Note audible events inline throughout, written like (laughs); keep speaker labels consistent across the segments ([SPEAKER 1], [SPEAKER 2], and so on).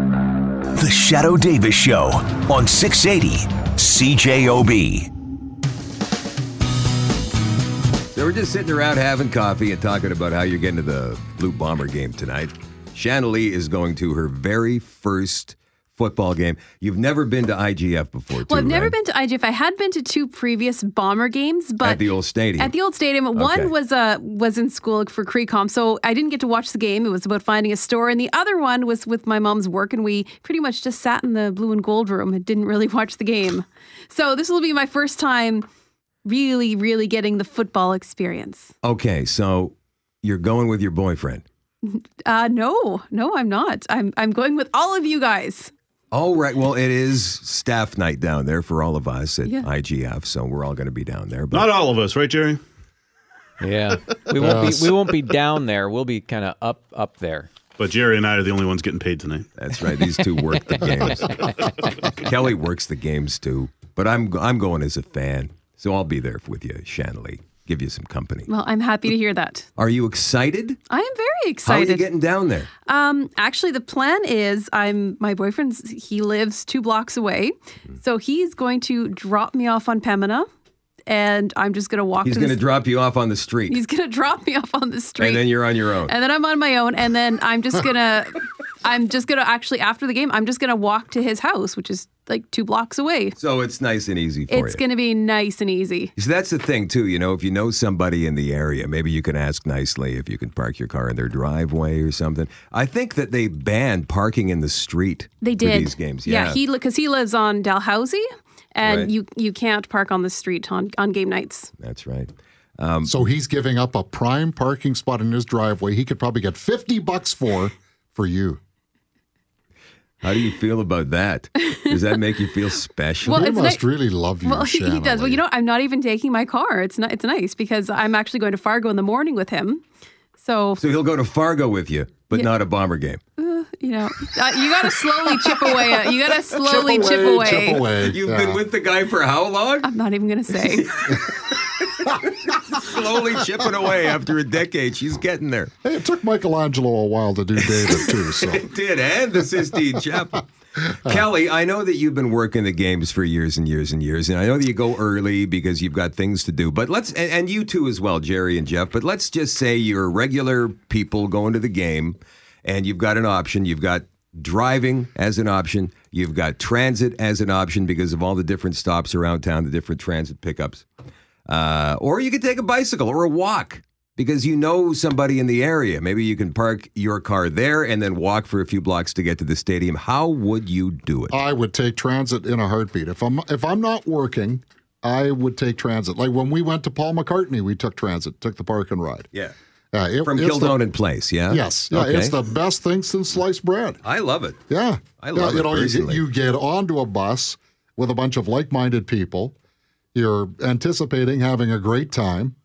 [SPEAKER 1] The Shadow Davis Show on 680 CJOB.
[SPEAKER 2] So we're just sitting around having coffee and talking about how you're getting to the Blue Bomber game tonight. Shanley is going to her very first football game. You've never been to IGF before, too,
[SPEAKER 3] Well, I've never
[SPEAKER 2] right?
[SPEAKER 3] been to IGF. I had been to two previous bomber games, but
[SPEAKER 2] at the old stadium.
[SPEAKER 3] At the old stadium,
[SPEAKER 2] Okay.
[SPEAKER 3] one was uh, was in school for Crecom, so I didn't get to watch the game. It was about finding a store, and the other one was with my mom's work, and we pretty much just sat in the blue and gold room and didn't really watch the game. So this will be my first time really, really getting the football experience.
[SPEAKER 2] okay, so you're going with your boyfriend.
[SPEAKER 3] Uh, no, no, I'm not. I'm I'm going with all of you guys.
[SPEAKER 2] All right. Well, it is staff night down there for all of us at
[SPEAKER 3] Yeah.
[SPEAKER 2] IGF, so we're all going to be down there. But
[SPEAKER 4] Not all of us, right, Jerry?
[SPEAKER 5] Yeah, we won't be we won't be down there. We'll be kind of up up there.
[SPEAKER 4] But Jerry and I are the only ones getting paid tonight.
[SPEAKER 2] That's right. These two work the games. Kelly works the games too, but I'm I'm going as a fan, so I'll be there with you, Shanley. Give you some company.
[SPEAKER 3] Well, I'm happy to hear that.
[SPEAKER 2] Are you excited?
[SPEAKER 3] I am very
[SPEAKER 2] How are
[SPEAKER 3] excited.
[SPEAKER 2] you getting down there?
[SPEAKER 3] Um, actually, the plan is I'm my boyfriend's. He lives two blocks away,
[SPEAKER 2] Hmm.
[SPEAKER 3] so he's going to drop me off on Pemina, and I'm just going to walk.
[SPEAKER 2] He's
[SPEAKER 3] to the
[SPEAKER 2] going to
[SPEAKER 3] s-
[SPEAKER 2] drop you off on the street,
[SPEAKER 3] He's going to (laughs) drop me off on the street,
[SPEAKER 2] and then you're on your own.
[SPEAKER 3] and then I'm on my own, and then I'm just gonna,
[SPEAKER 2] (laughs)
[SPEAKER 3] I'm just gonna actually after the game, I'm just gonna walk to his house, which is like two blocks away.
[SPEAKER 2] so it's nice and easy for
[SPEAKER 3] It's
[SPEAKER 2] you.
[SPEAKER 3] going to be nice and easy.
[SPEAKER 2] so that's the thing too, you know. If you know somebody in the area, maybe you can ask nicely if you can park your car in their driveway or something. I think that they banned parking in the street.
[SPEAKER 3] They
[SPEAKER 2] for
[SPEAKER 3] did
[SPEAKER 2] these games.
[SPEAKER 3] Yeah,
[SPEAKER 2] Yeah,
[SPEAKER 3] he because he lives on Dalhousie, and
[SPEAKER 2] Right.
[SPEAKER 3] you you can't park on the street on on game nights.
[SPEAKER 2] that's right.
[SPEAKER 6] So he's giving up a prime parking spot in his driveway. He could probably get 50 bucks for for you.
[SPEAKER 2] How do you feel about that? Does that make you
[SPEAKER 3] (laughs)
[SPEAKER 2] feel special?
[SPEAKER 3] Well,
[SPEAKER 6] he
[SPEAKER 3] it's
[SPEAKER 6] must
[SPEAKER 3] ni-
[SPEAKER 6] really love you.
[SPEAKER 3] Well, (laughs) he he does. Well, you know, I'm not even taking my car. It's not, it's nice because I'm actually going to Fargo in the morning with him. So,
[SPEAKER 2] so he'll go to Fargo with you, but not a bomber game.
[SPEAKER 3] you know, uh, you got to slowly chip away. at- You
[SPEAKER 6] (laughs)
[SPEAKER 3] got to slowly chip away.
[SPEAKER 6] Chip away.
[SPEAKER 2] You've
[SPEAKER 6] yeah.
[SPEAKER 2] been with the guy for how long?
[SPEAKER 3] (laughs) I'm not even going to say.
[SPEAKER 2] Slowly chipping away after a decade. She's getting there.
[SPEAKER 6] Hey, it took Michelangelo a while to do David too. So
[SPEAKER 2] Did and the Sistine Chapel. Kelly, I know that you've been working the games for years and years and years, and I know that you go early because you've got things to do. But let's and, and you too as well, Jerry and Jeff. But let's just say you're regular people going to the game, and you've got an option. You've got driving as an option. You've got transit as an option because of all the different stops around town, the different transit pickups. Uh, or you could take a bicycle or a walk because you know somebody in the area. Maybe you can park your car there and then walk for a few blocks to get to the stadium. How would you do it?
[SPEAKER 6] I would take transit in a heartbeat. If I'm if I'm not working, I would take transit. Like when we went to Paul McCartney, we took transit, took the park and ride.
[SPEAKER 2] yeah.
[SPEAKER 6] Uh, it-
[SPEAKER 2] From
[SPEAKER 6] it's the-
[SPEAKER 2] Kildonan Place, yeah?
[SPEAKER 6] Yes, yeah,
[SPEAKER 2] Okay.
[SPEAKER 6] it's the best thing since sliced bread.
[SPEAKER 2] I love it.
[SPEAKER 6] Yeah.
[SPEAKER 2] I love
[SPEAKER 6] yeah,
[SPEAKER 2] it
[SPEAKER 6] you know, you-
[SPEAKER 2] personally.
[SPEAKER 6] You, get onto a bus with a bunch of like minded people. You're anticipating having a great time.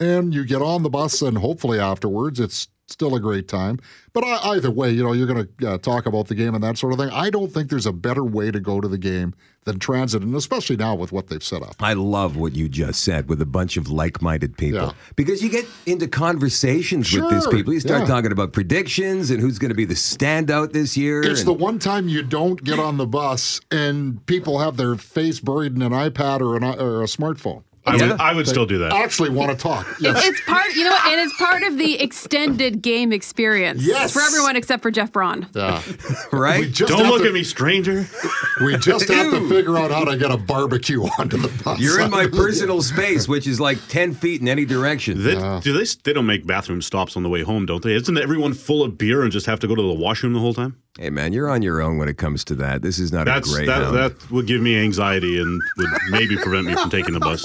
[SPEAKER 6] And you get on the bus, and hopefully afterwards, it's still a great time. But I, either way, you know, you're going to uh, talk about the game and that sort of thing. I don't think there's a better way to go to the game than transit, and especially now with what they've set up.
[SPEAKER 2] I love what you just said with a bunch of like-minded people
[SPEAKER 6] Yeah.
[SPEAKER 2] because you get into conversations with these
[SPEAKER 6] Sure,
[SPEAKER 2] people. You start
[SPEAKER 6] yeah.
[SPEAKER 2] talking about predictions and who's going to be the standout this year.
[SPEAKER 6] It's
[SPEAKER 2] and-
[SPEAKER 6] the one time you don't get on the bus and people have their face buried in an iPad or, an, i- or a smartphone.
[SPEAKER 4] I
[SPEAKER 2] Yeah.
[SPEAKER 4] would, I would still do that.
[SPEAKER 6] Actually, want to talk. (laughs) Yes.
[SPEAKER 3] it's part, you know, what, and it's part of the extended game experience
[SPEAKER 6] Yes.
[SPEAKER 3] for everyone except for Jeff Braun.
[SPEAKER 6] Yeah.
[SPEAKER 2] right.
[SPEAKER 6] We just
[SPEAKER 4] Don't
[SPEAKER 6] have
[SPEAKER 4] look
[SPEAKER 6] to-
[SPEAKER 4] at me, stranger.
[SPEAKER 6] We just have to figure out how to get a barbecue (laughs) onto the bus.
[SPEAKER 2] You're in my
[SPEAKER 6] (laughs)
[SPEAKER 2] personal space, which is like ten feet in any direction.
[SPEAKER 4] They, do they? They don't make bathroom stops on the way home, don't they? Isn't everyone full of beer and just have to go to the washroom the whole time?
[SPEAKER 2] Hey man, you're on your own when it comes to that. This is not
[SPEAKER 4] That's
[SPEAKER 2] a great.
[SPEAKER 4] that. That would give me anxiety and would maybe prevent me from taking
[SPEAKER 2] (laughs)
[SPEAKER 4] the bus.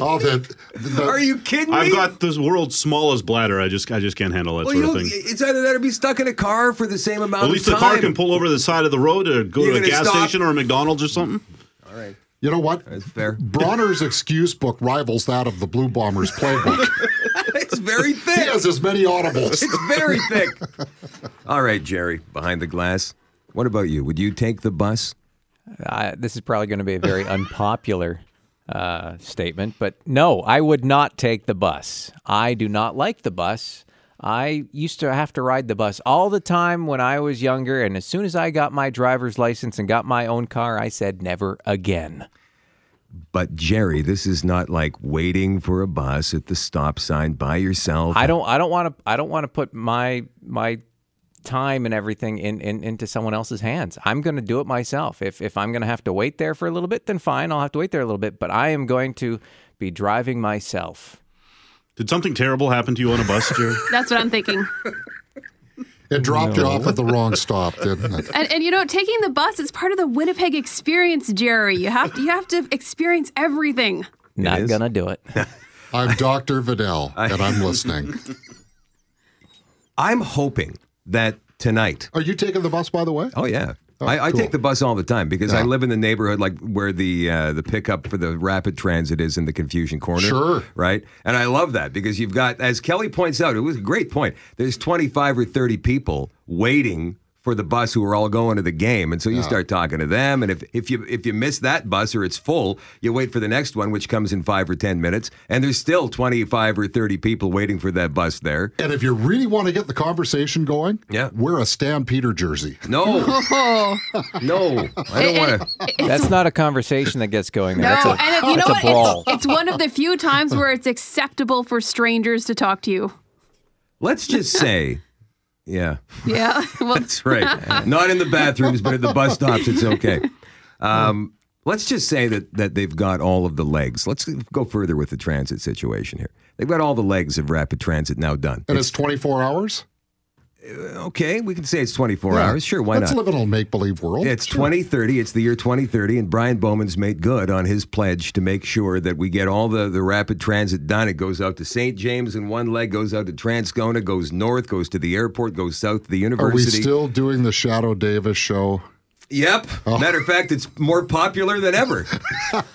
[SPEAKER 6] All the, the-
[SPEAKER 2] Are you kidding me?
[SPEAKER 4] I've got the world's smallest bladder. I just I just can't handle that
[SPEAKER 2] Well,
[SPEAKER 4] sort of
[SPEAKER 2] you'll,
[SPEAKER 4] thing.
[SPEAKER 2] it's either that or be stuck in a car for the same amount
[SPEAKER 4] At least
[SPEAKER 2] of
[SPEAKER 4] the
[SPEAKER 2] time.
[SPEAKER 4] car can pull over to the side of the road or go
[SPEAKER 2] You're
[SPEAKER 4] to a
[SPEAKER 2] gonna
[SPEAKER 4] gas
[SPEAKER 2] stop?
[SPEAKER 4] station or a McDonald's or something.
[SPEAKER 6] you know what?
[SPEAKER 2] That's fair.
[SPEAKER 6] Bronner's excuse book rivals that of the Blue Bombers
[SPEAKER 2] (laughs)
[SPEAKER 6] playbook.
[SPEAKER 2] (laughs) It's very
[SPEAKER 4] (laughs)
[SPEAKER 6] he
[SPEAKER 2] thick.
[SPEAKER 6] has as many audibles.
[SPEAKER 2] It's very thick. (laughs) All right, Jerry, behind the glass. What about you? Would you take the bus?
[SPEAKER 5] I, this is probably going to be a very unpopular uh, statement, but no, I would not take the bus. I do not like the bus. I used to have to ride the bus all the time when I was younger. And as soon as I got my driver's license and got my own car, I said, never again.
[SPEAKER 2] But Jerry, this is not like waiting for a bus at the stop sign by yourself.
[SPEAKER 5] I don't I don't want to I don't want to put my my time and everything in, in into someone else's hands. I'm going to do it myself. If if I'm going to have to wait there for a little bit, then fine, I'll have to wait there a little bit, but I am going to be driving myself.
[SPEAKER 4] Did something terrible happen to you on a bus, Jerry?
[SPEAKER 3] That's what I'm
[SPEAKER 6] (laughs)
[SPEAKER 3] thinking.
[SPEAKER 6] It dropped you off at the wrong stop, didn't it?
[SPEAKER 3] And, and you know, taking the bus is part of the Winnipeg experience, Jerry. You have to you have to experience everything.
[SPEAKER 5] Not
[SPEAKER 2] is.
[SPEAKER 5] going to do it.
[SPEAKER 6] I'm Dr. Vidal, and I'm listening.
[SPEAKER 2] I'm hoping that tonight.
[SPEAKER 6] Are you taking the bus, by the way?
[SPEAKER 2] Oh yeah. I, I
[SPEAKER 6] cool.
[SPEAKER 2] take the bus all the time because I live in the neighborhood like where the uh, the pickup for the rapid transit is in the confusion corner.
[SPEAKER 6] Sure.
[SPEAKER 2] Right? And I love that because you've got as Kelly points out, it was a great point. There's twenty five or thirty people waiting for the bus who are all going to the game. And so you start talking to them and if, if you if you miss that bus or it's full, you wait for the next one which comes in five or ten minutes, and there's still twenty five or thirty people waiting for that bus there.
[SPEAKER 6] And if you really want to get the conversation going,
[SPEAKER 2] Yeah.
[SPEAKER 6] wear a Stampeder jersey.
[SPEAKER 2] No,
[SPEAKER 3] Oh,
[SPEAKER 6] (laughs)
[SPEAKER 2] no. I don't want to
[SPEAKER 5] That's not a conversation that gets going
[SPEAKER 3] no!
[SPEAKER 5] there. That's a,
[SPEAKER 3] and it- you know
[SPEAKER 5] (laughs) that's a brawl.
[SPEAKER 3] what? It's, it's one of the few times where it's acceptable for strangers to talk to you.
[SPEAKER 2] Let's
[SPEAKER 6] (laughs)
[SPEAKER 2] just say, yeah,
[SPEAKER 3] Yeah. (laughs) Well,
[SPEAKER 2] that's
[SPEAKER 6] (laughs)
[SPEAKER 2] right. Not in the bathrooms, but at the bus stops, it's okay. Um, let's just say that that they've got all of the legs. Let's go further with the transit situation here. They've got all the legs of rapid transit now done.
[SPEAKER 6] And it's 24 hours?
[SPEAKER 2] Okay, we can say it's 24
[SPEAKER 6] Yeah.
[SPEAKER 2] hours. Sure, why
[SPEAKER 6] Let's
[SPEAKER 2] not?
[SPEAKER 6] live in a make believe world.
[SPEAKER 2] It's 2030. It's the year 2030, and Brian Bowman's made good on his pledge to make sure that we get all the, the rapid transit done. It goes out to St. James in one leg, goes out to Transcona, goes north, goes to the airport, goes south to the
[SPEAKER 6] Are we
[SPEAKER 2] university.
[SPEAKER 6] still doing the Shadow Davis show?
[SPEAKER 2] Yep.
[SPEAKER 6] Oh.
[SPEAKER 2] Matter of fact, it's more popular than
[SPEAKER 6] (laughs)
[SPEAKER 2] ever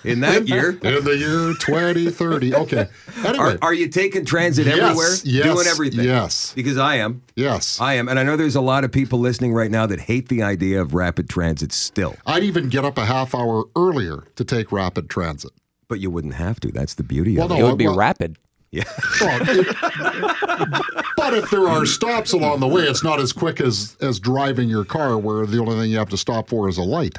[SPEAKER 2] in that year.
[SPEAKER 6] In the year 2030. Okay. Anyway,
[SPEAKER 2] Are, are you taking transit
[SPEAKER 6] Yes,
[SPEAKER 2] everywhere?
[SPEAKER 6] yes,
[SPEAKER 2] Doing everything.
[SPEAKER 6] yes.
[SPEAKER 2] Because I am.
[SPEAKER 6] yes.
[SPEAKER 2] I am. And I know there's a lot of people listening right now that hate the idea of rapid transit still.
[SPEAKER 6] I'd even get up a half hour earlier to take rapid transit.
[SPEAKER 2] But you wouldn't have to. That's the beauty
[SPEAKER 6] Well,
[SPEAKER 2] of
[SPEAKER 6] no,
[SPEAKER 2] it.
[SPEAKER 5] it would be
[SPEAKER 6] well,
[SPEAKER 5] rapid.
[SPEAKER 6] well, it- (laughs) but if there are stops along the way, it's not as quick as as driving your car, where the only thing you have to stop for is a light.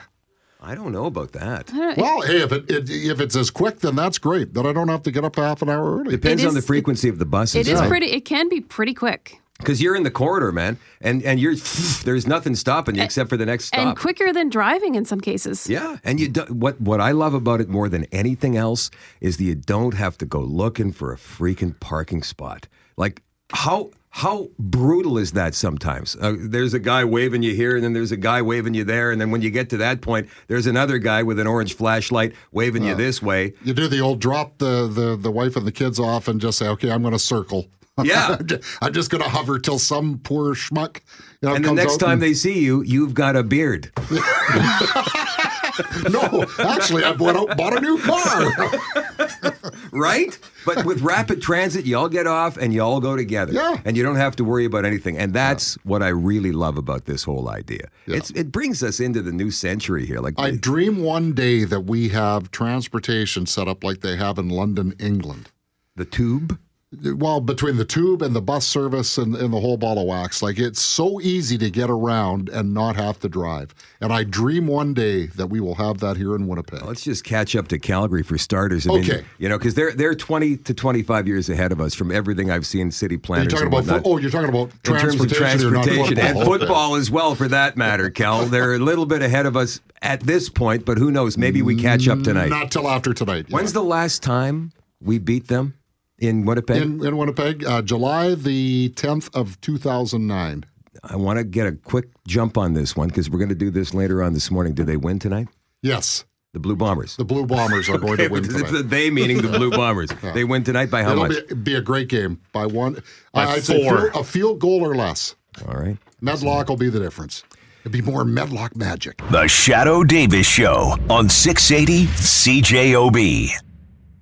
[SPEAKER 2] I don't know about that.
[SPEAKER 6] Well, hey, if it, it if it's as quick, then that's great. Then I don't have to get up half an hour early.
[SPEAKER 2] Depends
[SPEAKER 3] It
[SPEAKER 2] on the
[SPEAKER 3] is-
[SPEAKER 2] frequency of the buses.
[SPEAKER 3] it is pretty. It can be pretty quick
[SPEAKER 2] Because you're in the corridor, man, and, and you're (laughs) there's nothing stopping you except for the next stop.
[SPEAKER 3] and quicker than driving in some cases.
[SPEAKER 2] Yeah, and you do, what what I love about it more than anything else is that you don't have to go looking for a freaking parking spot. Like how how brutal is that sometimes? Uh, there's a guy waving you here, and then there's a guy waving you there, and then when you get to that point, there's another guy with an orange flashlight waving
[SPEAKER 6] Oh.
[SPEAKER 2] you this
[SPEAKER 6] (laughs)
[SPEAKER 2] way.
[SPEAKER 6] You do the old drop the the the wife and the kids off and just say, okay, I'm going to circle.
[SPEAKER 2] Yeah.
[SPEAKER 6] I'm ju- (laughs) I'm just going to hover till some poor schmuck. You know,
[SPEAKER 2] And the
[SPEAKER 6] comes
[SPEAKER 2] next
[SPEAKER 6] out
[SPEAKER 2] time
[SPEAKER 6] and-
[SPEAKER 2] they see you, you've got a beard.
[SPEAKER 6] no, actually, I went out and bought a new car.
[SPEAKER 2] right? But
[SPEAKER 6] (laughs)
[SPEAKER 2] with rapid transit, y'all get off and y'all go together.
[SPEAKER 6] Yeah.
[SPEAKER 2] And you don't have to worry about anything. And that's what I really love about this whole idea. It's it brings us into the new century here. Like
[SPEAKER 6] I dream one day that we have transportation set up like they have in London, England.
[SPEAKER 2] the tube.
[SPEAKER 6] well between the tube and the bus service and, and the whole ball of wax like it's so easy to get around and not have to drive and i dream one day that we will have that here in winnipeg
[SPEAKER 2] Let's just catch up to Calgary for starters. I mean,
[SPEAKER 6] Okay.
[SPEAKER 2] you know, because they're they're twenty to twenty five years ahead of us from everything I've seen city
[SPEAKER 6] you're
[SPEAKER 2] planners
[SPEAKER 6] talking
[SPEAKER 2] and
[SPEAKER 6] about
[SPEAKER 2] whatnot.
[SPEAKER 6] fo- oh you're talking about
[SPEAKER 2] in terms
[SPEAKER 6] transportation,
[SPEAKER 2] of transportation
[SPEAKER 6] you're not
[SPEAKER 2] and
[SPEAKER 6] football.
[SPEAKER 2] football as well, for that matter, Cal. They're a little bit ahead of us at this point, but who knows? Maybe we catch up tonight.
[SPEAKER 6] not till after tonight yeah.
[SPEAKER 2] When's the last time we beat them in Winnipeg?
[SPEAKER 6] in, in winnipeg uh, july the 10th of 2009
[SPEAKER 2] I want to get a quick jump on this one because we're going to do this later on this morning. Do they win tonight?
[SPEAKER 6] yes
[SPEAKER 2] The Blue Bombers.
[SPEAKER 6] the blue bombers are going to win
[SPEAKER 2] It's the
[SPEAKER 6] tonight.
[SPEAKER 2] they meaning the Blue
[SPEAKER 6] (laughs)
[SPEAKER 2] Bombers. They win tonight by how
[SPEAKER 6] it'll
[SPEAKER 2] much?
[SPEAKER 6] be, be a great game by one
[SPEAKER 4] By
[SPEAKER 6] I- I'd say
[SPEAKER 4] four.
[SPEAKER 6] field- a field goal or less
[SPEAKER 2] All right.
[SPEAKER 6] medlock will be the difference it'd be more medlock magic
[SPEAKER 1] The Shadow Davis Show on 680 CJOB.